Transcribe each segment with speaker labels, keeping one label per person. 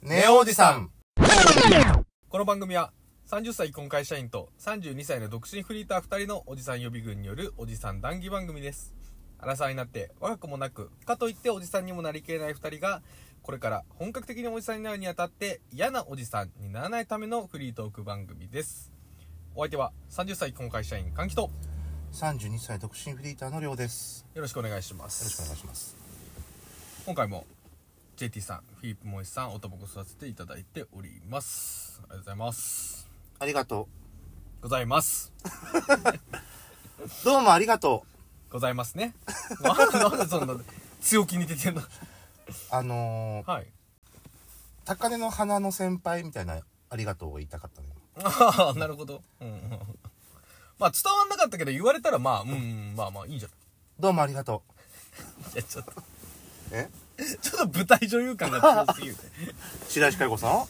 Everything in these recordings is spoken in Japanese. Speaker 1: ネオおじさん。
Speaker 2: この番組は30歳婚会社員と32歳の独身フリーター2人のおじさん予備軍によるおじさん談義番組です。荒沢になって若くもなく、かといっておじさんにもなりきれない2人が、これから本格的におじさんになるにあたって嫌なおじさんにならないためのフリートーク番組です。お相手は30歳婚会社員、かんきと
Speaker 1: 32歳独身フリーターのりょうです。
Speaker 2: よろしくお願いし
Speaker 1: よ
Speaker 2: ま
Speaker 1: ろしくお願
Speaker 2: す。
Speaker 1: いします。
Speaker 2: 今回も JT さん、フィリップ・モイスさん、おとぼこさせていただいております。ありがとうございます。
Speaker 1: ありがと
Speaker 2: ございます。
Speaker 1: う。どうもありがとう。
Speaker 2: ございますね。 なんでなんでそんな強気に出てんの
Speaker 1: あのー、
Speaker 2: はい。
Speaker 1: 高根の花の先輩みたいなありがとうを言いたかったね。
Speaker 2: ああ、なるほど。うんうん。まあ伝わんなかったけど言われたらまあ、うん、まあまあいいじゃん。
Speaker 1: どうもありがと
Speaker 2: いや、ちょっと、
Speaker 1: う。え
Speaker 2: ちょっと舞台女優感が強すぎるね。
Speaker 1: 白石加代子さ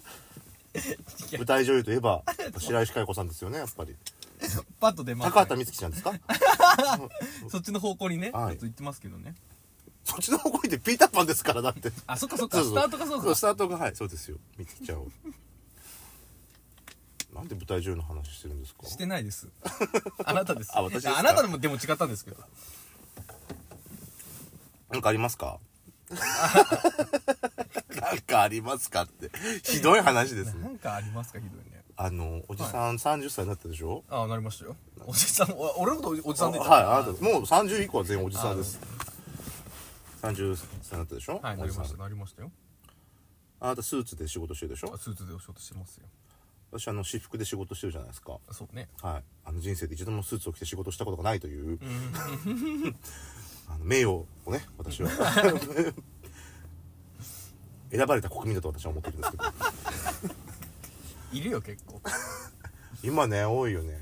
Speaker 1: ん舞台女優といえば、白石加代子さんですよね、やっぱり。
Speaker 2: パッと出ます、
Speaker 1: 高畑充希ちゃんですか
Speaker 2: そっちの方向にね、
Speaker 1: はい
Speaker 2: ちょっと行ってますけどね。
Speaker 1: そっちの方向にいてピーターパンですから、だって。
Speaker 2: あ、そっかそっか、スタートがそうか。
Speaker 1: スタートがはいそうですよ見てきちゃおうなんで舞台上の話してるんですか
Speaker 2: してないです。あなたです。
Speaker 1: あ私ですか
Speaker 2: いやあなたのもでも違ったんですけど。
Speaker 1: なんかあります かなんかありますかってひどい話です
Speaker 2: な
Speaker 1: ね
Speaker 2: んかありますかひどいね。
Speaker 1: あのおじさん30歳になったでしょ
Speaker 2: ああ、なりましたよ。おじさん、お俺のことおじさんでいいじゃん
Speaker 1: はいあなたもう30以降は全員おじさんです30歳になったでしょ
Speaker 2: はい、な
Speaker 1: お
Speaker 2: り
Speaker 1: じさ
Speaker 2: ま
Speaker 1: ん
Speaker 2: した、なりましたよ。
Speaker 1: あなたスーツで仕事してるでしょ
Speaker 2: あスーツでお仕事してますよ。
Speaker 1: 私あの私服で仕事してるじゃないですか
Speaker 2: そうね。
Speaker 1: はい、あの人生で一度もスーツを着て仕事したことがないという あの名誉をね私は 選ばれた国民だと私は思ってるんですけど
Speaker 2: いるよ、結構。
Speaker 1: 今ね多いよね、
Speaker 2: ん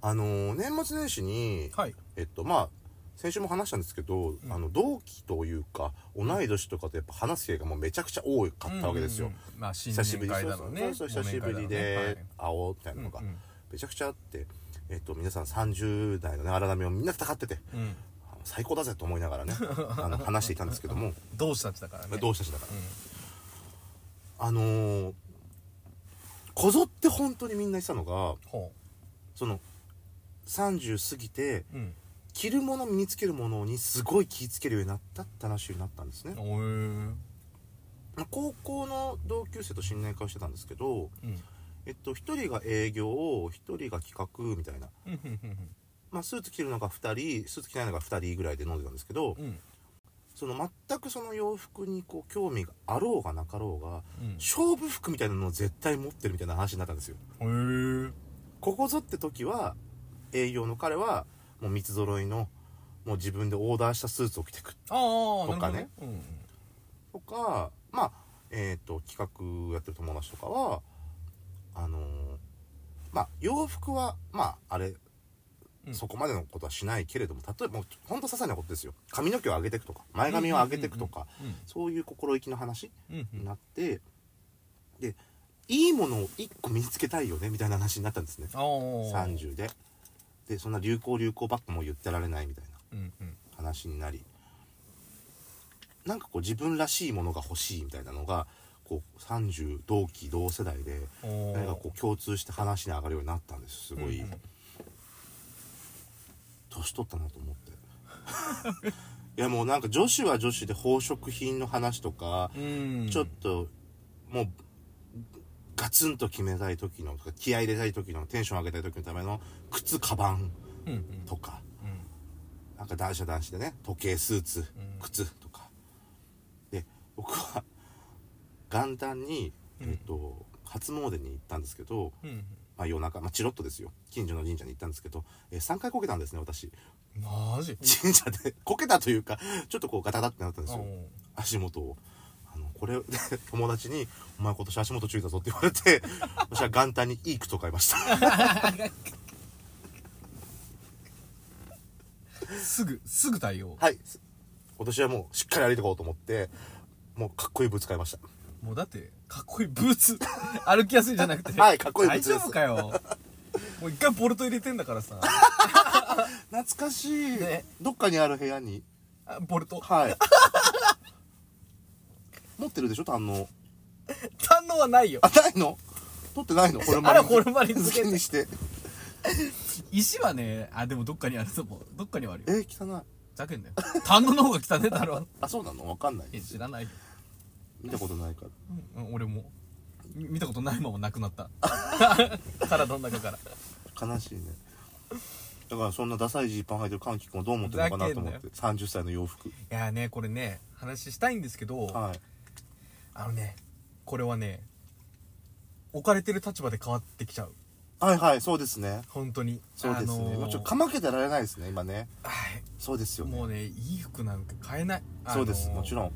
Speaker 1: あのー年末年始に、
Speaker 2: はい。
Speaker 1: えっとまあ先週も話したんですけど、あの同期というか同い年とかとやっぱ話す機会がもうめちゃくちゃ多かったわけですよ、
Speaker 2: うんうんうんまあ、新
Speaker 1: 久しぶり
Speaker 2: 年会だ
Speaker 1: そ
Speaker 2: の
Speaker 1: う
Speaker 2: ね。
Speaker 1: そうそう久しぶりで会おうみたいなのが
Speaker 2: うんうん
Speaker 1: めちゃくちゃあって、えっと、皆さん30代のね荒波をみんな戦ってて
Speaker 2: 忘年会だのねはいうん
Speaker 1: あの最高だぜと思いながら ねあの話していたんですけども
Speaker 2: 同志たちだからね。
Speaker 1: 同
Speaker 2: 志。
Speaker 1: 志たちだから、あのーこぞって本当にみんな言ってたのが
Speaker 2: ほ
Speaker 1: その30過ぎて
Speaker 2: う。うん。
Speaker 1: 着るもの身につけるものにすごい気ぃつけるようになったって話になったんですね
Speaker 2: お、ー
Speaker 1: まあ高校の同級生と新年会をしてたんですけど
Speaker 2: うん。
Speaker 1: えっと、1人が営業1人が企画みたいな、
Speaker 2: うんうんうん
Speaker 1: まあ、スーツ着るのが2人スーツ着ないのが2人ぐらいで飲んでたんですけど、
Speaker 2: うん。うん
Speaker 1: その全くその洋服にこう興味があろうがなかろうが
Speaker 2: うん
Speaker 1: 勝負服みたいなのを絶対持ってるみたいな話になったんですよ
Speaker 2: へー
Speaker 1: ここぞって時は営業の彼はもう三つ揃いのもう自分でオーダーしたスーツを着てく
Speaker 2: ああ、なるほ
Speaker 1: とか
Speaker 2: ど
Speaker 1: ね
Speaker 2: ね。うんうん。
Speaker 1: とかまあえっ、と企画やってる友達とかはあのーまあ洋服はまああれ、
Speaker 2: うん
Speaker 1: そこまでのことはしないけれども例えばもうほんと些細なことですよ髪の毛を上げていくとか前髪を上げていくとか、そういう心意気の話
Speaker 2: うんうん
Speaker 1: に
Speaker 2: うん。
Speaker 1: なって、でいいものを1個身につけたいよねみたいな話になったんですね
Speaker 2: ああ。。
Speaker 1: 30ででそんな流行流行ばっかもう言ってられないみたいな
Speaker 2: うんうん。
Speaker 1: 話になりなんかこう自分らしいものが欲しいみたいなのがこう30同期同世代で
Speaker 2: おー
Speaker 1: 何かこう共通して話に上がるようになったんですすごい、
Speaker 2: うんうん
Speaker 1: 年取ったなと思って いやもうなんか女子は女子で宝飾品の話とか、
Speaker 2: うん。
Speaker 1: ちょっともうガツンと決めたい時のとか気合い入れたい時のテンション上げたい時のための靴カバン
Speaker 2: うんうん。
Speaker 1: とか
Speaker 2: うん
Speaker 1: なんか男子は男子でね時計スーツ靴とか、で僕は元旦に、
Speaker 2: うん
Speaker 1: えっと初詣に行ったんですけど、
Speaker 2: うん
Speaker 1: まあ、夜中、まあ、チロッとですよ近所の神社に行ったんですけど、え3回こけたんですね私
Speaker 2: うん。マジ
Speaker 1: 神社でこけたというかちょっとこうガタガタってなったんですよ
Speaker 2: おー
Speaker 1: 足元をあのこれ 友達に「お前今年足元注意だぞ」って言われて 私は元旦にいい靴を買いました
Speaker 2: すぐ、すぐ対応。
Speaker 1: はい今年はもうしっかり歩いてこうと思ってもうかっこいいブーツ買いました
Speaker 2: もうだって、かっこいいブーツ。 歩きやすいじゃなくて。
Speaker 1: はいかっこいいブーツです
Speaker 2: 大丈夫かよ。もう一回ボルト入れてんだからさ。
Speaker 1: 懐かしい、
Speaker 2: ね
Speaker 1: どっかにある部屋に
Speaker 2: あボルト。
Speaker 1: はい持ってるでしょ堪能
Speaker 2: 堪能はないよ
Speaker 1: あないの取って ないのこれ
Speaker 2: あれホルマリン
Speaker 1: 漬
Speaker 2: 漬 け
Speaker 1: けにして
Speaker 2: 石はねあでもどっかにあると思うどっかにはあるよ
Speaker 1: えー、汚い
Speaker 2: ふざけんなよ堪能の方が汚ねえだろ
Speaker 1: あそうなのわかんない
Speaker 2: え知らないよ、
Speaker 1: 見たことないから
Speaker 2: うんうん俺もみ見たことないままなくなった 体の中から
Speaker 1: 悲しいねだからそんなダサいジーパン履いてる歓喜君はどう思ってるのかなと思っ
Speaker 2: ふざけ
Speaker 1: て30歳の洋服
Speaker 2: いやーねこれね話したいんですけど、
Speaker 1: はい
Speaker 2: あのねこれはね置かれてる立場で変わってきちゃう
Speaker 1: はいはいそうですね
Speaker 2: 本当に
Speaker 1: そうですね、
Speaker 2: あのー
Speaker 1: もうちょっとかまけてられないですね今ね
Speaker 2: はい
Speaker 1: そうですよね
Speaker 2: もうねいい服なんか買えない、
Speaker 1: そうです、もちろ
Speaker 2: ん
Speaker 1: ん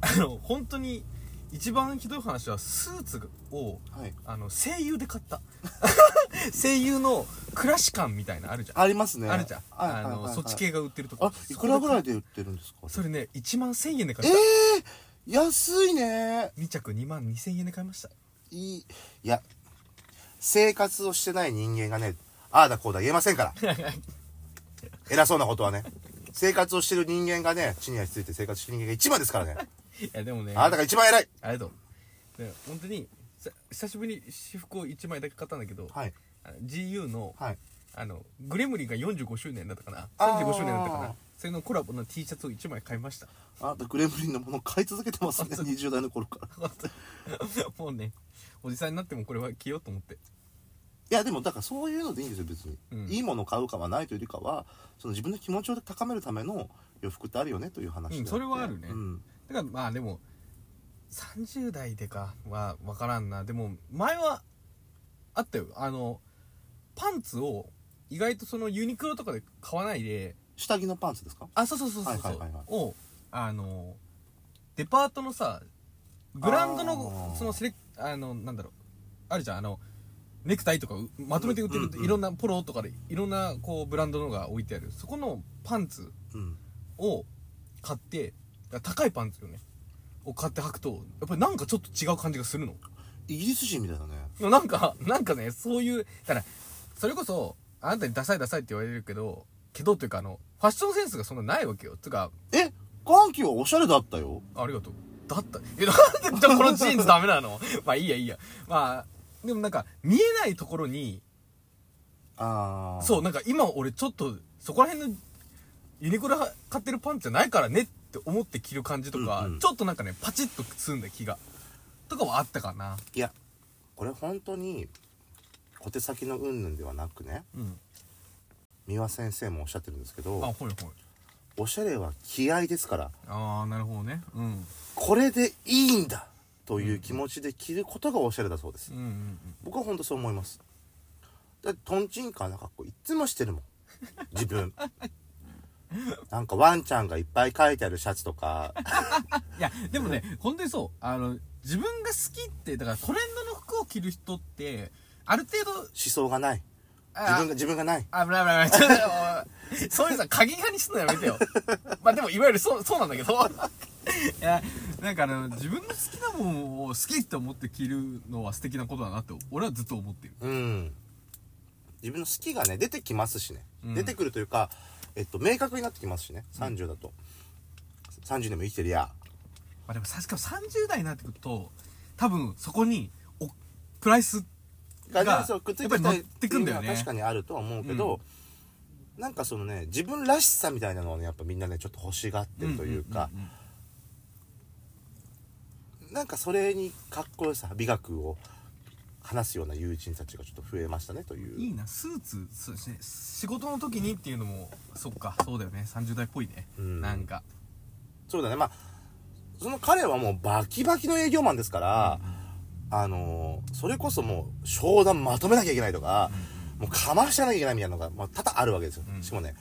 Speaker 2: あの本当に一番ひどい話はスーツを
Speaker 1: はい
Speaker 2: あの声優で買った 声優のクラシ感みたいなあるじゃんあ,、
Speaker 1: ありますね
Speaker 2: るじゃん、あのそっち系が売ってると
Speaker 1: あ
Speaker 2: こ
Speaker 1: いくらぐらい
Speaker 2: そこ
Speaker 1: で売ってるんですか
Speaker 2: でそれね1万1000円で買
Speaker 1: え
Speaker 2: った、
Speaker 1: えー、安いね
Speaker 2: 2着2万2000円で買いました
Speaker 1: いいいや生活をしてない人間がねああだこうだ言えませんから 偉そうなことはね生活をしてる人間がね地に足ついて生活してる人間が一番ですからね
Speaker 2: いやでもね
Speaker 1: あなたが一番偉い
Speaker 2: ありがとうで本当にさ久しぶりに私服を1枚だけ買ったんだけど、
Speaker 1: はい
Speaker 2: あの GU の,、
Speaker 1: はい
Speaker 2: あのグレムリンが45周年だったかな
Speaker 1: あー
Speaker 2: 35周年だったかなそれのコラボの T シャツを1枚買いました
Speaker 1: あなたグレムリンのもの買い続けてます ね20代の頃から
Speaker 2: もうねおじさんになってもこれは着ようと思って
Speaker 1: いやでもだからそういうのでいいんですよ別に、
Speaker 2: うん
Speaker 1: いいものを買うかはないというよりかはその自分の気持ちを高めるための洋服ってあるよねという話であって
Speaker 2: うんそれはあるね
Speaker 1: うん
Speaker 2: だからまあでも30代でかは分からんなでも前はあったよあのパンツを意外とそのユニクロとかで買わないで
Speaker 1: 下着のパンツですか
Speaker 2: あそうそうそうそうそう、
Speaker 1: はいはいはいはい
Speaker 2: をあのデパートのさブランド
Speaker 1: あ
Speaker 2: の
Speaker 1: ー
Speaker 2: そのセレクあのなんだろうあるじゃんあのネクタイとかうまとめて売ってる、
Speaker 1: うんうんうん
Speaker 2: いろんなポロとかでいろんなこうブランドのが置いてあるそこのパンツ
Speaker 1: うん
Speaker 2: を買って高いパンツよねを買って履くとやっぱりなんかちょっと違う感じがするの
Speaker 1: イギリス人みたいだね
Speaker 2: なんかなんかねそういうだからそれこそあなたにダサいダサいって言われるけどけどというかあのファッションセンスがそんなないわけよつうか
Speaker 1: え歓喜はおしゃれだったよ
Speaker 2: ありがとう。だった。え、なんでじゃあこのジーンズダメなの まあいいやいいや。まあ、でもなんか、見えないところに、
Speaker 1: ああ
Speaker 2: そう、なんか今俺ちょっと、そこら辺の、ユニクロ買ってるパンツじゃないからねって思って着る感じとか、
Speaker 1: うんうん
Speaker 2: ちょっとなんかね、パチッとすんだよ気が。とかはあったかな。
Speaker 1: いやこれ本当に小手先の云々ではなくね
Speaker 2: うん。
Speaker 1: 三輪先生もおっしゃってるんですけ
Speaker 2: あ、
Speaker 1: ど
Speaker 2: ほいほい。
Speaker 1: おしゃれは気合ですから
Speaker 2: ああ、なるほどね。うん。
Speaker 1: これでいいんだという気持ちで着ることがおしゃれだそうです
Speaker 2: うんうんうん。
Speaker 1: 僕は本当そう思いますだってトンチンカンな格好いっつもしてるも ん自分なんかワンちゃんがいっぱい書いてあるシャツとか
Speaker 2: いや、でもね、本当にそう。あの、自分が好きって、だからトレンドの服を着る人って、ある程度、
Speaker 1: 思想がない
Speaker 2: あ
Speaker 1: 自分が自分がない
Speaker 2: あ、危ない危ない危ないちょっとおい。そういうさ、過激派にすんのやめてよ。まあでも、いわゆるそう、そうなんだけど。いや、なんかあの、自分の好きなものを好きって思って着るのは素敵なことだなって、俺はずっと思ってる。
Speaker 1: うん自分の好きがね出てきますしね、
Speaker 2: うん
Speaker 1: 出てくるというか、えっと、明確になってきますしね30だと、30年も生きてるや
Speaker 2: まあでも、確か30代になってくると、多分、そこに、お、プライスが、
Speaker 1: が
Speaker 2: や
Speaker 1: ね
Speaker 2: っ
Speaker 1: そう
Speaker 2: ぱ
Speaker 1: くっつい
Speaker 2: り
Speaker 1: てき
Speaker 2: 乗
Speaker 1: た
Speaker 2: っ
Speaker 1: りって
Speaker 2: て
Speaker 1: い
Speaker 2: く
Speaker 1: うん
Speaker 2: だ
Speaker 1: の
Speaker 2: よ
Speaker 1: は確
Speaker 2: ね
Speaker 1: か。にあるとは思うけど、なんかそのね自分らしさみたいなのをねやっぱみんなねちょっと欲しがってるというか、
Speaker 2: んんんん
Speaker 1: なんかそれにかっこよさ美学を話すような友人たちがちょっと増えましたねという
Speaker 2: いいな、スーツ、そうですね、仕事の時にっていうのも、そっか、そうだよね、30代っぽいね。
Speaker 1: うん
Speaker 2: なんか。
Speaker 1: そうだねまあその彼はもうバキバキの営業マンですから、あのーそれこそもう商談まとめなきゃいけないとか、もうかましゃなきゃいけないみたいなのが、まあ、多々あるわけですよ、
Speaker 2: うん
Speaker 1: しかもね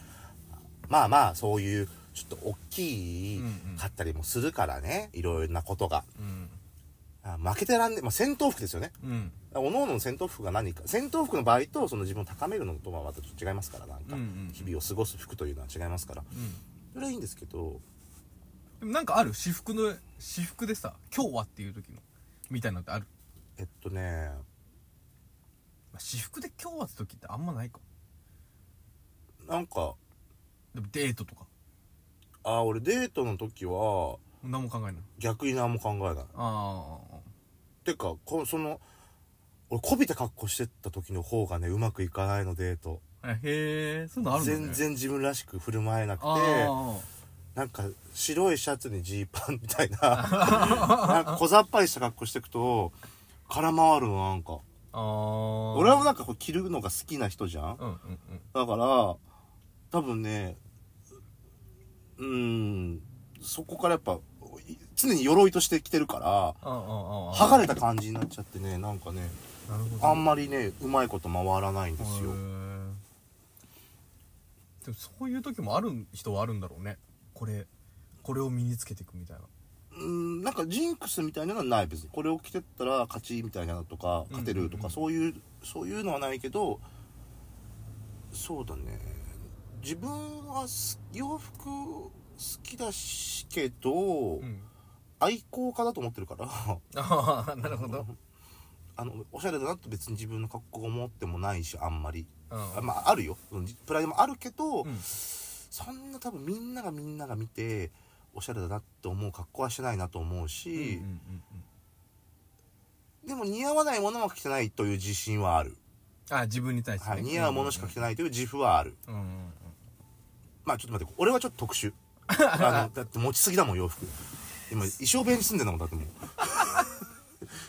Speaker 1: まあまあそういうちょっと大きい
Speaker 2: うんうん
Speaker 1: 買ったりもするからねいろいろなことが
Speaker 2: うん。
Speaker 1: あ負けてらんね、まあ、戦闘服ですよね
Speaker 2: うん。
Speaker 1: おのおのの戦闘服が何か戦闘服の場合とその自分を高めるのとはまたちょっと違いますからなんか、
Speaker 2: うんうんうん
Speaker 1: 日々を過ごす服というのは違いますから
Speaker 2: うん
Speaker 1: それはいいんですけど
Speaker 2: でもなんかある私服の私服でさ今日はっていう時のみたいなのってある、
Speaker 1: えっとね
Speaker 2: まあ、私服で今日はって時ってあんまないか
Speaker 1: なんか
Speaker 2: でもデートとか
Speaker 1: あー俺デートの時は
Speaker 2: 何も考えない
Speaker 1: 逆に何も考えない
Speaker 2: ああ
Speaker 1: てかこその俺こびた格好してった時の方がねうまくいかないのデート
Speaker 2: へえそういうのあるんだね
Speaker 1: 全然自分らしく振る舞えなくて
Speaker 2: あ
Speaker 1: なんか白いシャツにジーパンみたいな なんか小ざっぱりした格好してくと空回るのなんか
Speaker 2: あああ
Speaker 1: 俺はなんかこう着るのが好きな人じゃん
Speaker 2: うんうんうん
Speaker 1: だから多分ねうーんそこからやっぱい常に鎧として着てるから
Speaker 2: ああああ
Speaker 1: 剥がれた感じになっちゃってねなんかね
Speaker 2: なるほど
Speaker 1: あんまりねうまいこと回らないんですよ
Speaker 2: へーでもそういう時もある人はあるんだろうねこれこれを身につけていくみたいな
Speaker 1: うんなんかジンクスみたいなのはない別にこれを着てったら勝ちみたいなのとか勝てると
Speaker 2: うんうんう
Speaker 1: か
Speaker 2: ん
Speaker 1: そういうそういうのはないけどそうだね自分はす洋服好きだしけど、
Speaker 2: うん
Speaker 1: 愛好家だと思ってるから
Speaker 2: ああなるほど
Speaker 1: あのおしゃれだなって別に自分の格好を思ってもないしあんまり、
Speaker 2: うん
Speaker 1: あまああるようんプライドもあるけど、
Speaker 2: うん
Speaker 1: そんな多分みんながみんなが見ておしゃれだなって思う格好はしてないなと思う
Speaker 2: うんうん
Speaker 1: し
Speaker 2: う、んうん
Speaker 1: でも似合わないものは着てないという自信はある、
Speaker 2: あ自分に対してね
Speaker 1: はい、似合うものしか着てないという自負はある、
Speaker 2: うんうんうん
Speaker 1: まあちょっと待って俺はちょっと特 殊あのだって持ちすぎだもん洋服今衣装部屋に住んでんだもんだってもう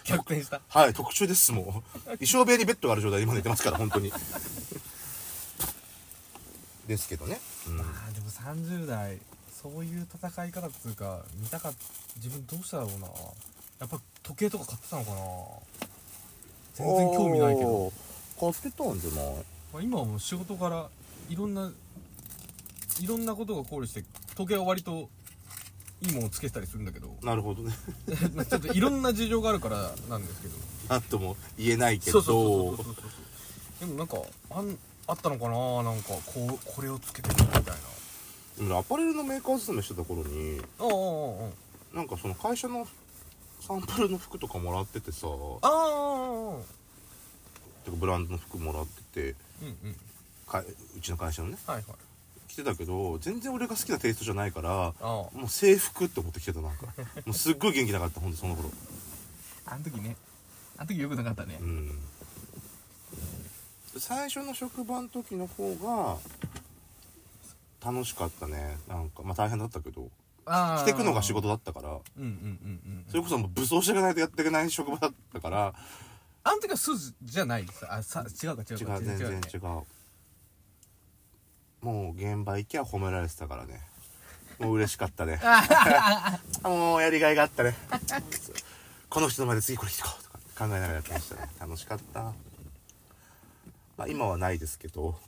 Speaker 2: 逆転した
Speaker 1: はい特殊ですもう衣装部屋にベッドがある状態で今寝てますから本当にですけどね、うん
Speaker 2: あーでも30代そういう戦い方っつうか見たかっ自分どうしたろうなやっぱ時計とか買ってたのかな全然興味ないけど、
Speaker 1: おー買ってたんじゃない
Speaker 2: まあ、今はもう仕事からいろんないろんなことが考慮して時計は割といいものをつけてたりするんだけど
Speaker 1: なるほどね
Speaker 2: ちょっといろんな事情があるからなんですけど
Speaker 1: なんとも言えないけ
Speaker 2: そ
Speaker 1: ど
Speaker 2: うそうそうそうそうそうでもなんかあんあったのかななんかこうこれをつけてるみたいな
Speaker 1: でもねアパレルのメーカー勤めしてた頃に
Speaker 2: ああああ
Speaker 1: なんかその会社のサンプルの服とかもらっててさ
Speaker 2: ああああ
Speaker 1: てかブランドの服もらってて
Speaker 2: うんうん
Speaker 1: かうちの会社のね
Speaker 2: はいはい
Speaker 1: 着てたけど全然俺が好きなテイストじゃないから
Speaker 2: あ
Speaker 1: もう制服って思ってきてたなんかもうすっごい元気なかったほんとその頃
Speaker 2: ああの時ねあの時よくなかったね
Speaker 1: うん最初の職場の時の方が楽しかったねなんかまあ大変だったけど
Speaker 2: あ
Speaker 1: 着てくのが仕事だったから
Speaker 2: うんうんうん
Speaker 1: そ
Speaker 2: う
Speaker 1: れ
Speaker 2: ん
Speaker 1: こそもう武装していかないとやっていけない職場だったから
Speaker 2: あの時はスーツじゃないですあさ違うか違
Speaker 1: 違
Speaker 2: う
Speaker 1: う
Speaker 2: か
Speaker 1: 全然違
Speaker 2: ね
Speaker 1: うもう現場行きゃ褒められてたからねもう嬉しかったね もうやりがいがあったねこの人の前で次これ聞こうとか考えながらやってましたね楽しかったまあ今はないですけど、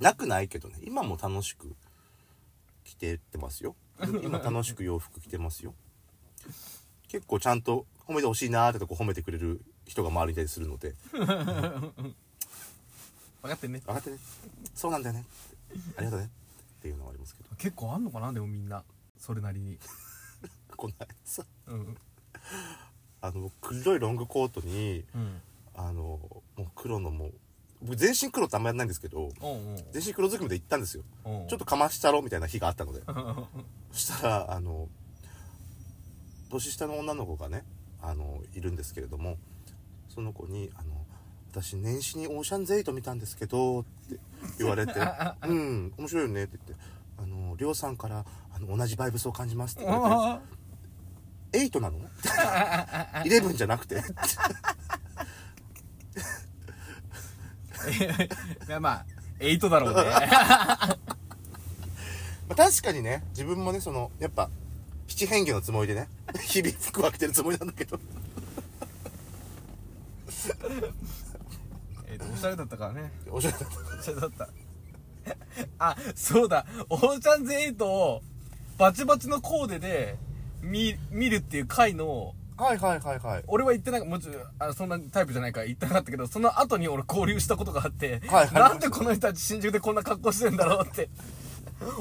Speaker 1: なくないけどね今も楽しく着てってますよ今楽しく洋服着てますよ結構ちゃんと褒めてほしいなーってとこ褒めてくれる人が周りにいたりするので
Speaker 2: 分かってんね
Speaker 1: 分かってねそうなんだよねありがとうねっていうのはありますけど
Speaker 2: 結構あんのかなでもみんなそれなりに
Speaker 1: この間さ
Speaker 2: うん
Speaker 1: あの黒いロングコートに
Speaker 2: うん
Speaker 1: あのもう黒のもう僕全身黒ってあんまやんないんですけど
Speaker 2: おう
Speaker 1: 全身黒ずくめで行ったんですよ
Speaker 2: おうおう
Speaker 1: ちょっ とかましたろみたいな日があったので
Speaker 2: う
Speaker 1: そしたらあの年下の女の子がねあのいるんですけれどもその子に「あの私年始にオーシャンゼイト見たんですけど」って言 われて「うん面白いよね」って言って「あのりょうさんからあの同じバイブスを感じます」って言われて
Speaker 2: ん
Speaker 1: 「エイトなの?」イレブンじゃなくて」
Speaker 2: いやまあ8だろ うね
Speaker 1: まあ、確かにね自分もねそのやっぱ七変化のつもりでね日々服は着てるつもりなんだけど
Speaker 2: えっとおしゃれだったからね
Speaker 1: おしゃれだ
Speaker 2: おしゃれだった あそうだオーシャンズ8をバチバチのコーデで見見るっていう回の
Speaker 1: はいはいはいはい
Speaker 2: 俺は行ってなかもちろんあそんなタイプじゃないから行ってなかったけどその後に俺交流したことがあって、
Speaker 1: はいはい
Speaker 2: なんでこの人たち新宿でこんな格好してんだろうって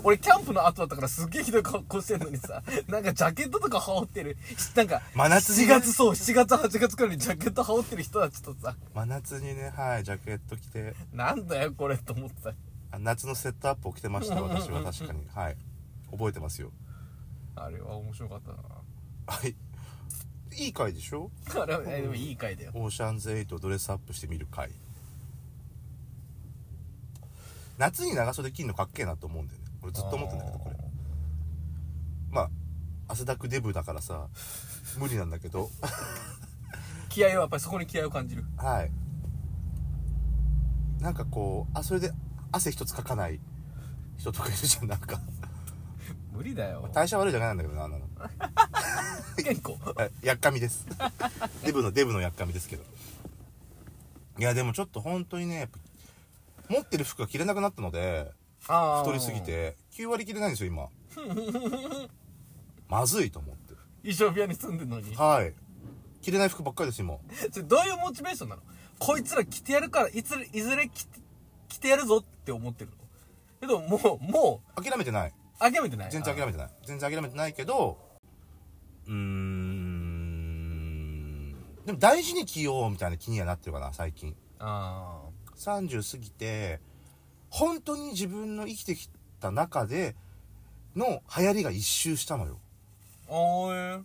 Speaker 2: 俺キャンプの後だったからすっげえひどい格好してんのにさなんかジャケットとか羽織ってるなんか
Speaker 1: 真夏
Speaker 2: 7
Speaker 1: にね
Speaker 2: 月そう7月8月くらいにジャケット羽織ってる人たちとさ
Speaker 1: 真夏にねはいジャケット着て
Speaker 2: なんだよこれと思ってた
Speaker 1: あ夏のセットアップを着てました私は確かにはい覚えてますよ
Speaker 2: あれは面白かった
Speaker 1: はいいい回でしょ
Speaker 2: なあれはえでもいい回だよ
Speaker 1: オーシャンズ8をドレスアップしてみる回夏に長袖着んのかっけえなと思うんだよね俺ずっと思ってんだけどこれまあ汗だくデブだからさ無理なんだけど
Speaker 2: 気合はやっぱりそこに気合を感じる
Speaker 1: はいなんかこうあそれで汗一つかかない人とかいるじゃんなんか
Speaker 2: 無理だよ
Speaker 1: 代謝悪いじゃないんだけどなあんなの
Speaker 2: 健康
Speaker 1: はいやっかみですデブのデブのやっかみですけどいやでもちょっと本当にねやっぱ持ってる服が着れなくなったので
Speaker 2: あー
Speaker 1: 太りすぎて9割着れないんですよ今まずいと思って
Speaker 2: 衣装部屋に住んでるのに
Speaker 1: はい着れない服ばっかりです今
Speaker 2: それどういうモチベーションなのこいつら着てやるからいついずれ着て着てやるぞって思ってるのけどもうもう
Speaker 1: 諦めてない
Speaker 2: 諦めてない
Speaker 1: 全然諦め
Speaker 2: て
Speaker 1: てない全然諦めてないけどうーんでも大事に着ようみたいな気にはなってるかな最近
Speaker 2: あーあ
Speaker 1: 30過ぎて本当に自分の生きてきた中での流行りが一周したのよ
Speaker 2: あーえー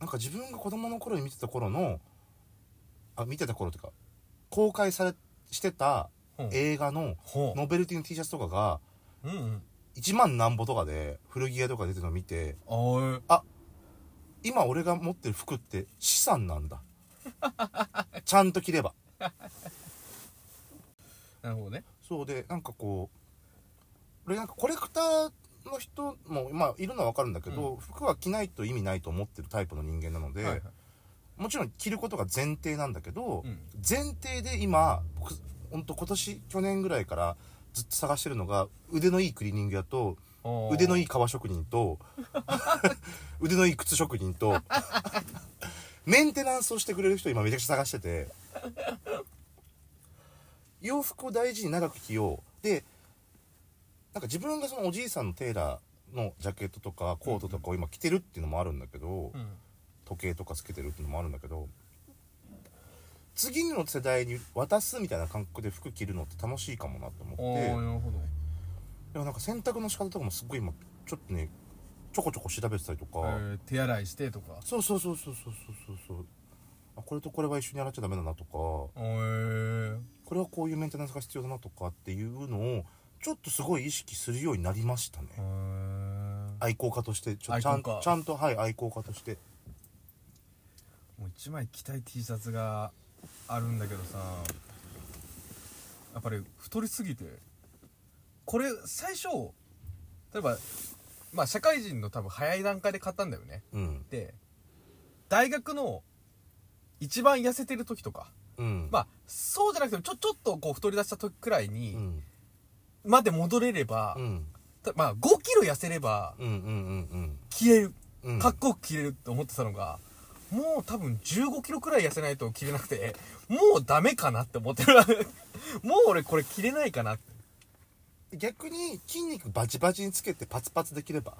Speaker 1: なんか自分が子供の頃に見てた頃のあ見てた頃っていうか公開されしてた
Speaker 2: ほう
Speaker 1: 映画の
Speaker 2: ほ
Speaker 1: ノベルティの T シャツとかが
Speaker 2: ううんうん
Speaker 1: 1万なんぼとかで古着屋とか出てるの見て
Speaker 2: あーえー
Speaker 1: 今俺が持ってる服って資産なんだちゃんと着れば
Speaker 2: なるほどね
Speaker 1: そうでなんかこう俺なんかコレクターの人もまあいるのはわかるんだけど、服は着ないと意味ないと思ってるタイプの人間なので、
Speaker 2: はいはい
Speaker 1: もちろん着ることが前提なんだけど、
Speaker 2: うん
Speaker 1: 前提で今僕ほんと今年去年ぐらいからずっと探してるのが腕のいいクリーニング屋と
Speaker 2: あー
Speaker 1: 腕のいい革職人と腕のいい靴職人とメンテナンスをしてくれる人今めちゃくちゃ探してて洋服を大事に長く着ようでなんか自分がそのおじいさんのテーラーのジャケットとかコートとかを今着てるっていうのもあるんだけど、
Speaker 2: うん
Speaker 1: 時計とかつけてるっていうのもあるんだけど次の世代に渡すみたいな感覚で服着るのって楽しいかもなと思っ
Speaker 2: あー
Speaker 1: て。
Speaker 2: なるほど
Speaker 1: いやなんか洗濯の仕方とかもすっごい今ちょっとねちょこちょこ調べてたりとか、
Speaker 2: えー手洗いしてとか
Speaker 1: そうそうそうそうそうそうそうそうあこれとこれは一緒に洗っちゃダメだなとかこ
Speaker 2: あーえー
Speaker 1: れはこういうメンテナンスが必要だなとかっていうのをちょっとすごい意識するようになりましたね、
Speaker 2: あー
Speaker 1: 愛好家としてちょちゃ
Speaker 2: 愛
Speaker 1: ん
Speaker 2: 好家
Speaker 1: ちゃんとはい愛好家として
Speaker 2: もう1枚着たい T シャツがあるんだけどさやっぱり太りすぎてこれ最初例えばまあ社会人の多分早い段階で買ったんだよね
Speaker 1: うん
Speaker 2: で大学の一番痩せてる時とか
Speaker 1: うん
Speaker 2: まあそうじゃなくてもちょちょっとこう太り出した時くらいに
Speaker 1: うん
Speaker 2: まで戻れれば、
Speaker 1: うん
Speaker 2: たまあ5キロ痩せれば
Speaker 1: うんうんうん
Speaker 2: 消える
Speaker 1: うん
Speaker 2: かっこよく着れるって思ってたのが、もう多分15キロくらい痩せないと着れなくて、もうダメかなって思ってる。もう俺これ着れないかなって。
Speaker 1: うん逆に筋肉バチバチにつけてパツパツできれば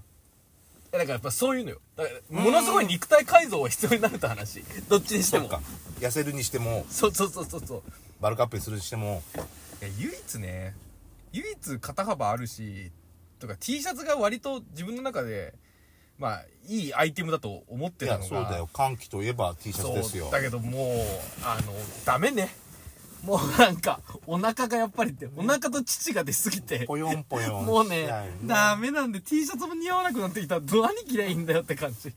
Speaker 2: いやだからやっぱそういうのよ。だからものすごい肉体改造が必要になるって話。どっちにして
Speaker 1: そ
Speaker 2: も
Speaker 1: う。か痩せるにしても
Speaker 2: そうそうそうそうそう。
Speaker 1: バルクアップにするにしても
Speaker 2: いや、唯一ね、唯一肩幅あるし、とか T シャツが割と自分の中で、まあ、いいアイテムだと思っ
Speaker 1: い
Speaker 2: てたの
Speaker 1: や
Speaker 2: が。
Speaker 1: そうだよ歓喜といえば T シャツですよ
Speaker 2: そうだけどもうあのダメねもうなんかお腹がやっぱりってお腹と乳が出すぎて
Speaker 1: ぽよんぽよん
Speaker 2: もう
Speaker 1: し
Speaker 2: ね
Speaker 1: ちゃよ
Speaker 2: ダメなんで T シャツも似合わなくなってきたらどう何着りゃいいんだよって感じ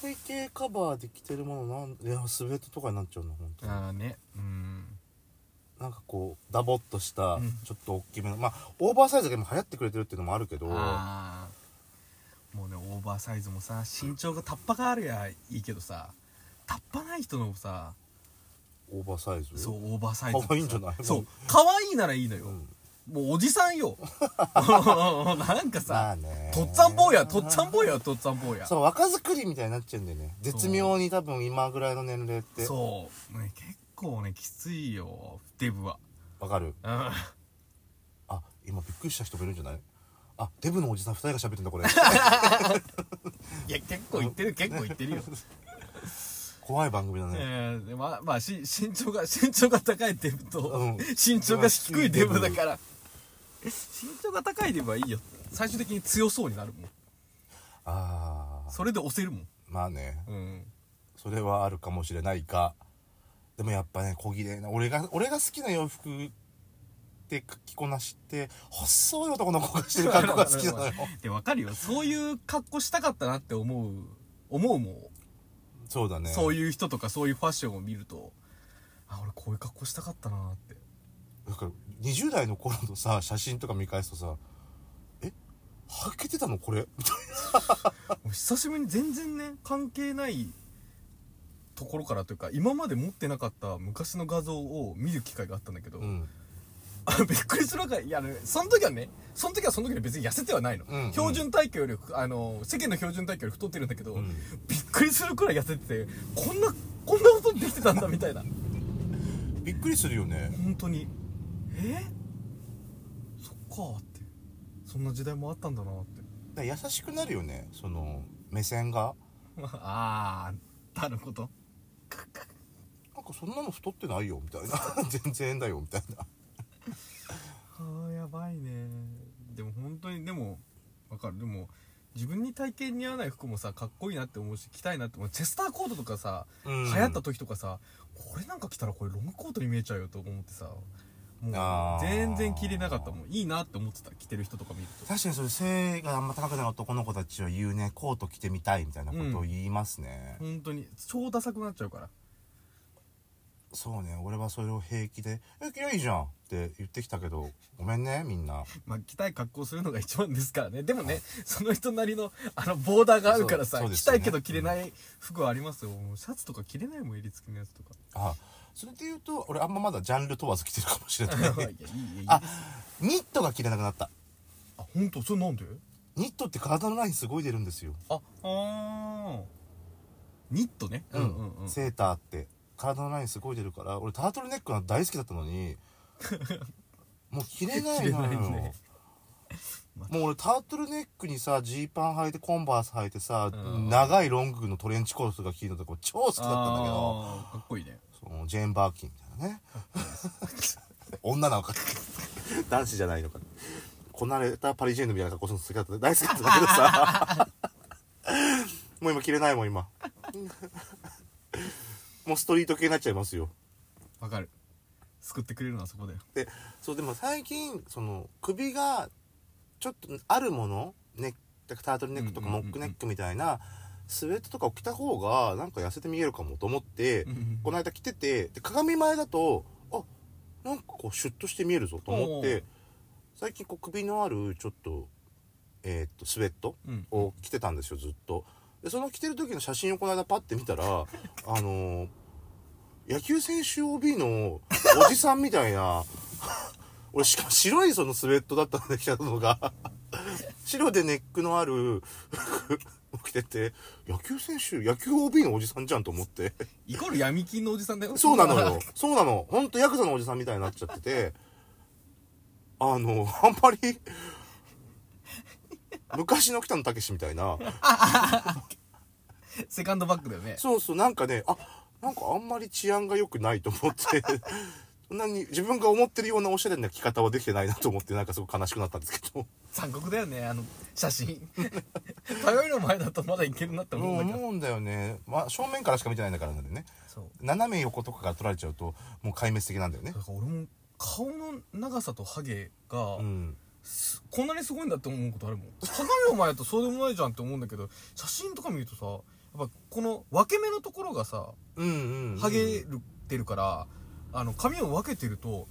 Speaker 1: 体型カバーで着てるものなんいやスウェットとかになっちゃうの本当に
Speaker 2: ああねうん
Speaker 1: なんかこうダボっとした
Speaker 2: ん
Speaker 1: ちょっと大きめのまあオーバーサイズが今流行ってくれてるっていうのもあるけど
Speaker 2: ああもうねオーバーサイズもさ身長がタッパがあるやいいけどさタッパない人のさ
Speaker 1: オーバーサイズ
Speaker 2: そうオーバーサイズもさ
Speaker 1: 可愛いんじゃない
Speaker 2: そう可愛いならいいのよ、
Speaker 1: ん
Speaker 2: もうおじさんよ なんか
Speaker 1: ま
Speaker 2: さ
Speaker 1: あね
Speaker 2: とっつぁん坊やとっつぁん坊やとっつぁん坊や
Speaker 1: そう若作りみたいになっちゃうんだよね絶妙に多分今ぐらいの年齢って
Speaker 2: そう、ね、結構ねきついよデブは
Speaker 1: わかる
Speaker 2: うん
Speaker 1: あ今びっくりした人もいるんじゃないあデブのおじさん2人が喋ってんだ これ
Speaker 2: いや結構いってる結構いってるよ、
Speaker 1: 怖い番組だね
Speaker 2: えー、でまあまあし身長が身長が高いデブと、
Speaker 1: うん
Speaker 2: 身長が低いデブだから身長が高いデブはいいよ最終的に強そうになるもん
Speaker 1: ああ
Speaker 2: それで押せるもん
Speaker 1: まあね
Speaker 2: うん
Speaker 1: それはあるかもしれないがでもやっぱね小綺麗な俺が俺が好きな洋服って着こなしって細い男の子がしてる格好が好きな のよ
Speaker 2: でわかるよそういう格好したかったなって思う思うもん、
Speaker 1: そうだね
Speaker 2: そういう人とかそういうファッションを見るとあ俺こういう格好したかったなって
Speaker 1: だから20代の頃のさ写真とか見返すとさ「えはけてたのこれ」 みたい
Speaker 2: もう久しぶりに全然ね関係ないところからというか今まで持ってなかった昔の画像を見る機会があったんだけど、
Speaker 1: な、うん、
Speaker 2: あびっくりするわけいやあのその時はねその時はその時で別に痩せてはないの、
Speaker 1: うんうん
Speaker 2: 標準体型よりあの世間の標準体型より太ってるんだけど、
Speaker 1: うん
Speaker 2: びっくりするくらい痩せててこんなこんなことできてたんだみたいな
Speaker 1: びっくりするよね
Speaker 2: 本当にえそっかってそんな時代もあったんだなって
Speaker 1: だから優しくなるよねその目線が
Speaker 2: ああなるほど
Speaker 1: なんかそんなの太ってないよみたいな 全然だよみたいな
Speaker 2: ああやばいねでも本当にでもわかるでも自分に体型に合わない服もさかっこいいなって思うし着たいなって思うチェスターコートとかさ、
Speaker 1: うん
Speaker 2: 流行った時とかさこれなんか着たらこれロングコートに見えちゃうよと思ってさも
Speaker 1: あ
Speaker 2: う
Speaker 1: ー
Speaker 2: 全然着れなかったもんいいなって思ってた着てる人とか見ると
Speaker 1: 確かにそれ背があんま高くない男の子たちは言うねコート着てみたいみたいなことを言いますね、
Speaker 2: 本当に超ダサくなっちゃうから
Speaker 1: そうね俺はそれを平気で「え着りゃいいじゃん」って言ってきたけどごめんねみんな
Speaker 2: まあ着たい格好するのが一番ですからね でもねその人なりのあのボーダーがあるからさ、
Speaker 1: そうそうで
Speaker 2: 着
Speaker 1: すよ
Speaker 2: た
Speaker 1: ね
Speaker 2: いけど着れない服はありますよ、もうシャツとか着れないもん襟付きのやつとか
Speaker 1: あそれで言うと俺あんままだジャンル問わず着てるかもしれない
Speaker 2: いやいやいいいい
Speaker 1: あニットが着れなくなった
Speaker 2: あ本当それなんで
Speaker 1: ニットって体のラインすごい出るんですよ、
Speaker 2: ああニットね
Speaker 1: セーターって体のラインすごい出るから俺タートルネックが大好きだったの にもう着れないの
Speaker 2: 着れ
Speaker 1: よ、
Speaker 2: ないね
Speaker 1: もう俺タートルネックにさジーパン履いてコンバース履いてさ、
Speaker 2: うん
Speaker 1: 長いロングのトレンチコートが着るのとかも超好きだったんだけど
Speaker 2: あーかっこいいね
Speaker 1: そのジェーン・バーキンみ たいなね女なのか男子じゃないのかこなれたパリジェンヌみたいな格好するの好きだった大好きだったんだけど さもう今着れないもん今もうストリート系になっちゃいますよ
Speaker 2: わかる救ってくれるのはそこだよ
Speaker 1: でそうでも最近その首がちょっとあるものネックタートルネックとか
Speaker 2: うんうんう
Speaker 1: モッ
Speaker 2: んうん
Speaker 1: クネックみたいなスウェットとかを着た方がなんか痩せて見えるかもと思って、
Speaker 2: うんうん
Speaker 1: この間着ててで鏡前だとあなんかこうシュッとして見えるぞと思っ
Speaker 2: おう
Speaker 1: て最近こう首のあるちょっと,、えーっとスウェット
Speaker 2: うん
Speaker 1: を着てたんですよずっとでその着てる時の写真をこの間パッて見たらあのー野球選手 OB のおじさんみたいな 俺しかも白いそのスウェットだったので着たのが 白でネックのある 服を着てて野球選手野球 OB のおじさんじゃんと思って
Speaker 2: イコール闇金のおじさんだよ
Speaker 1: そうなのよ。そうなの。ほんとヤクザのおじさんみたいになっちゃってて、あの、あんまり、昔の北野武みたいな。
Speaker 2: セカンドバッグだよね
Speaker 1: そうそう、なんかね、あ、なんかあんまり治安が良くないと思って、 そんなに自分が思ってるようなおしゃれな着方はできてないなと思って、なんかすごく悲しくなったんですけど。
Speaker 2: 残酷だよねあの写真 頼りの前だとまだいけるなって思うんだけど
Speaker 1: 思うんだよね。まあ、正面からしか見てないんだからなんでね。
Speaker 2: そう
Speaker 1: 斜め横とかから取られちゃうと、もう壊滅的なんだよね
Speaker 2: だ。から俺も顔の長さとハゲが、
Speaker 1: うん。
Speaker 2: すこんなにすごいんだって思うことあるもん鏡の前だとそうでもないじゃんって思うんだけど写真とか見るとさやっぱこの分け目のところがさ
Speaker 1: うんうん、うん。
Speaker 2: ハゲるってるから、あの髪を分けてると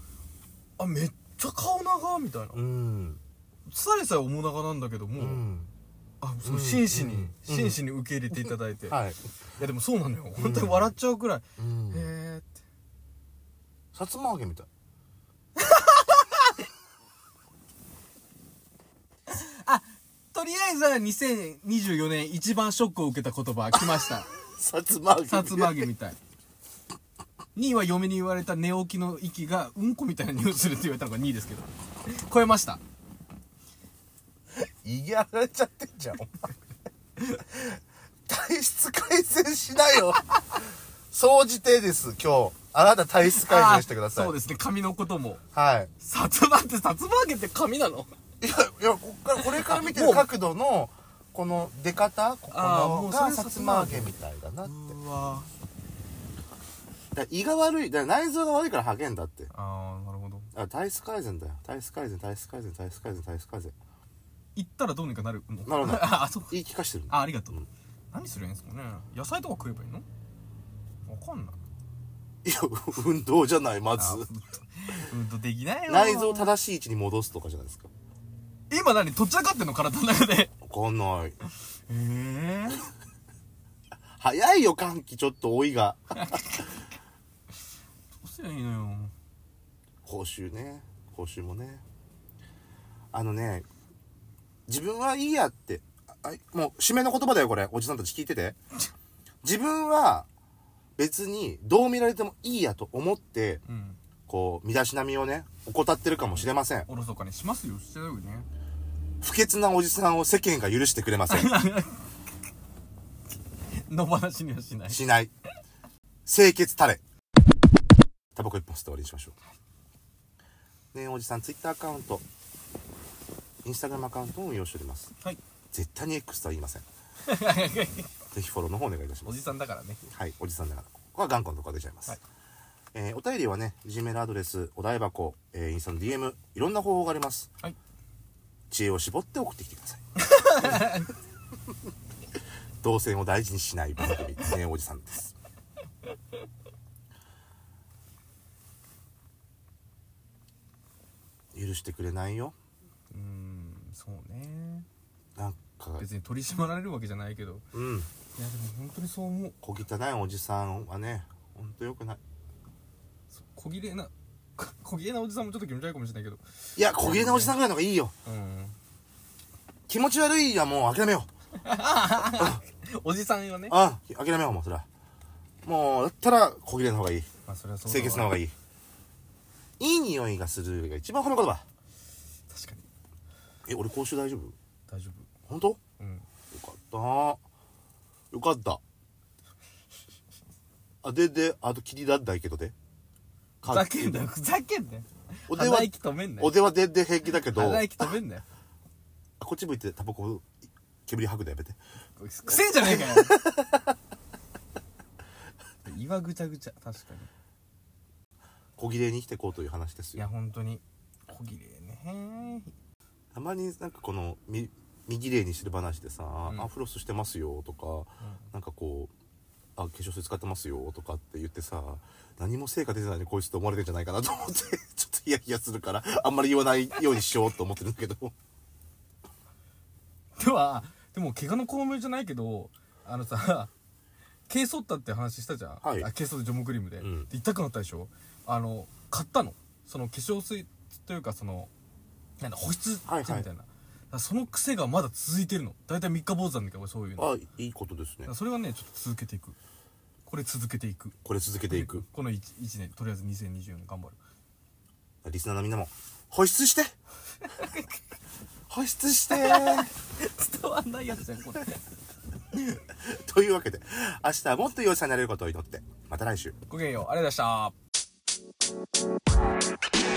Speaker 2: あめっちゃ顔長みたいな、
Speaker 1: うん。
Speaker 2: さえさえ面長なんだけども、
Speaker 1: うん。
Speaker 2: あその真摯に、
Speaker 1: うん
Speaker 2: 真摯に受け入れていただいて、い、
Speaker 1: はい。
Speaker 2: やでもそうなのよ本当に笑っちゃうくらい、
Speaker 1: うん
Speaker 2: へえって
Speaker 1: さつま揚げみたい
Speaker 2: とりあえずは2024年一番ショックを受けた言葉来 ました
Speaker 1: さつま揚げ
Speaker 2: さつま揚げみたい2位は嫁に言われた寝起きの息がうんこみたいな匂いするって言われたのが2位ですけど超えました
Speaker 1: いやられちゃってんじゃんお前体質改善しなよ総じてです今日あなた体質改善してください
Speaker 2: あーそうですね髪のことも
Speaker 1: はい
Speaker 2: さつまってさつま揚げって髪なの
Speaker 1: いやいやこっからこれから見てる角度のこの出方ここ
Speaker 2: あーも
Speaker 1: の
Speaker 2: うそれ
Speaker 1: が
Speaker 2: さ
Speaker 1: さ
Speaker 2: つ
Speaker 1: つ
Speaker 2: ま揚
Speaker 1: ま揚
Speaker 2: げ
Speaker 1: げみたいだなって
Speaker 2: うわ
Speaker 1: だから胃が悪いだから内臓が悪いから吐けんだって
Speaker 2: ああなるほど
Speaker 1: あ体質改善だよ体質改善体質改善体質改善体質改善
Speaker 2: 行ったらどうにかなるの
Speaker 1: なるほど
Speaker 2: あそう
Speaker 1: 言い聞かしてる
Speaker 2: あありがとう、
Speaker 1: うん
Speaker 2: 何するんですかね野菜とか食えばいいのわかんない
Speaker 1: いや運動じゃないま
Speaker 2: あ
Speaker 1: ず
Speaker 2: うんとできないよ
Speaker 1: 内臓を正しい位置に戻すとかじゃないですか
Speaker 2: 今何とっちらかってんの体の中でへ
Speaker 1: わかんない
Speaker 2: え
Speaker 1: 早いよ寒気ちょっと老いが
Speaker 2: どうすりゃいいのよ
Speaker 1: 口臭ね口臭もねあのね自分はいいやってああもう締めの言葉だよこれおじさんたち聞いてて自分は別にどう見られてもいいやと思って
Speaker 2: うん
Speaker 1: こう身だしなみをね怠ってるかもしれません
Speaker 2: おろそかにしますよしてないよね
Speaker 1: 不潔なおじさんを世間が許してくれません
Speaker 2: 野放しにはしない
Speaker 1: しない清潔たれタバコ一本吸って終わりにしましょうねえおじさんツイッターアカウントインスタグラムアカウントを運用しております
Speaker 2: はい
Speaker 1: 絶対に X とは言いませんぜひフォローの方お願いいたしま
Speaker 2: お
Speaker 1: す
Speaker 2: じさんだからね
Speaker 1: はいおじさんだからここは頑固なとこが出ちゃいます、
Speaker 2: はい
Speaker 1: えーお便りはね Gmail アドレスお台箱、えーインスタの DM いろんな方法があります
Speaker 2: はい
Speaker 1: 知恵を絞って送ってきてください 動線を大事にしない番組ねえおじさんです許してくれないよ
Speaker 2: うーんそうね
Speaker 1: なんか
Speaker 2: 別に取り締まられるわけじゃないけど
Speaker 1: うん
Speaker 2: いやでも本当にそう思う
Speaker 1: 小汚いおじさんはねほんとよくない
Speaker 2: そう小切れな か小切れなおじさんもちょっと気持ち悪いかもしれないけど
Speaker 1: いや小汚いおじさんぐらいの方がいいよ
Speaker 2: うん
Speaker 1: 気持ち悪いはもう諦めよう
Speaker 2: おじさんはね
Speaker 1: あ諦めようもうそれはもうだったら小切れの方がいい
Speaker 2: まあそれはそうだわ
Speaker 1: 清潔な方がいいいい匂いがするが一番褒め言葉
Speaker 2: 確かに
Speaker 1: え俺口臭大丈夫
Speaker 2: 大丈
Speaker 1: 本当よ
Speaker 2: 夫うん
Speaker 1: かったよかったあでであとキリだったけどで
Speaker 2: ふざけんなよふざけんなよ
Speaker 1: おでは
Speaker 2: 鼻息止めんな
Speaker 1: お
Speaker 2: よ
Speaker 1: ではでで平気だけど
Speaker 2: 鼻息止めんなよ
Speaker 1: あこっち向いてタバコ煙吐くのやめて
Speaker 2: くせえじゃねえかよ 岩ぐちゃぐちゃ確かに
Speaker 1: 小切れに生きていこうという話です
Speaker 2: い
Speaker 1: よ
Speaker 2: や本当に小切れね
Speaker 1: たまになんかこのみ右霊にしてる話でさ、
Speaker 2: うん
Speaker 1: あフロスしてますよとか、なんかこうあ化粧水使ってますよとかって言ってさ何も成果出てないのにこいつと思われてんじゃないかなと思って ちょっとヒヤヒヤするからあんまり言わないようにしようと思ってるんだけど
Speaker 2: ではでも怪我の巧妙じゃないけどあのさ軽剃ったって話したじゃん、
Speaker 1: はい
Speaker 2: あ軽剃でジョムクリームで,、
Speaker 1: うん
Speaker 2: で痛くなったでしょあの買ったのその化粧水というかそのなんだ保湿ってみたいな、
Speaker 1: はい
Speaker 2: だからその癖がまだ続いてるの大体3日坊主なんだけど俺そういうのだか
Speaker 1: あいいことですね
Speaker 2: らそれはねちょっと続けていくこれ続けていく
Speaker 1: これ続けていく
Speaker 2: この 1, 一年とりあえず2024年頑張る
Speaker 1: リスナーのみんなも保湿 して保湿して
Speaker 2: 伝わんないやつじゃんこれ
Speaker 1: というわけで明日はもっと容赦になれることを祈ってまた来週
Speaker 2: ごきげんようありがとうございました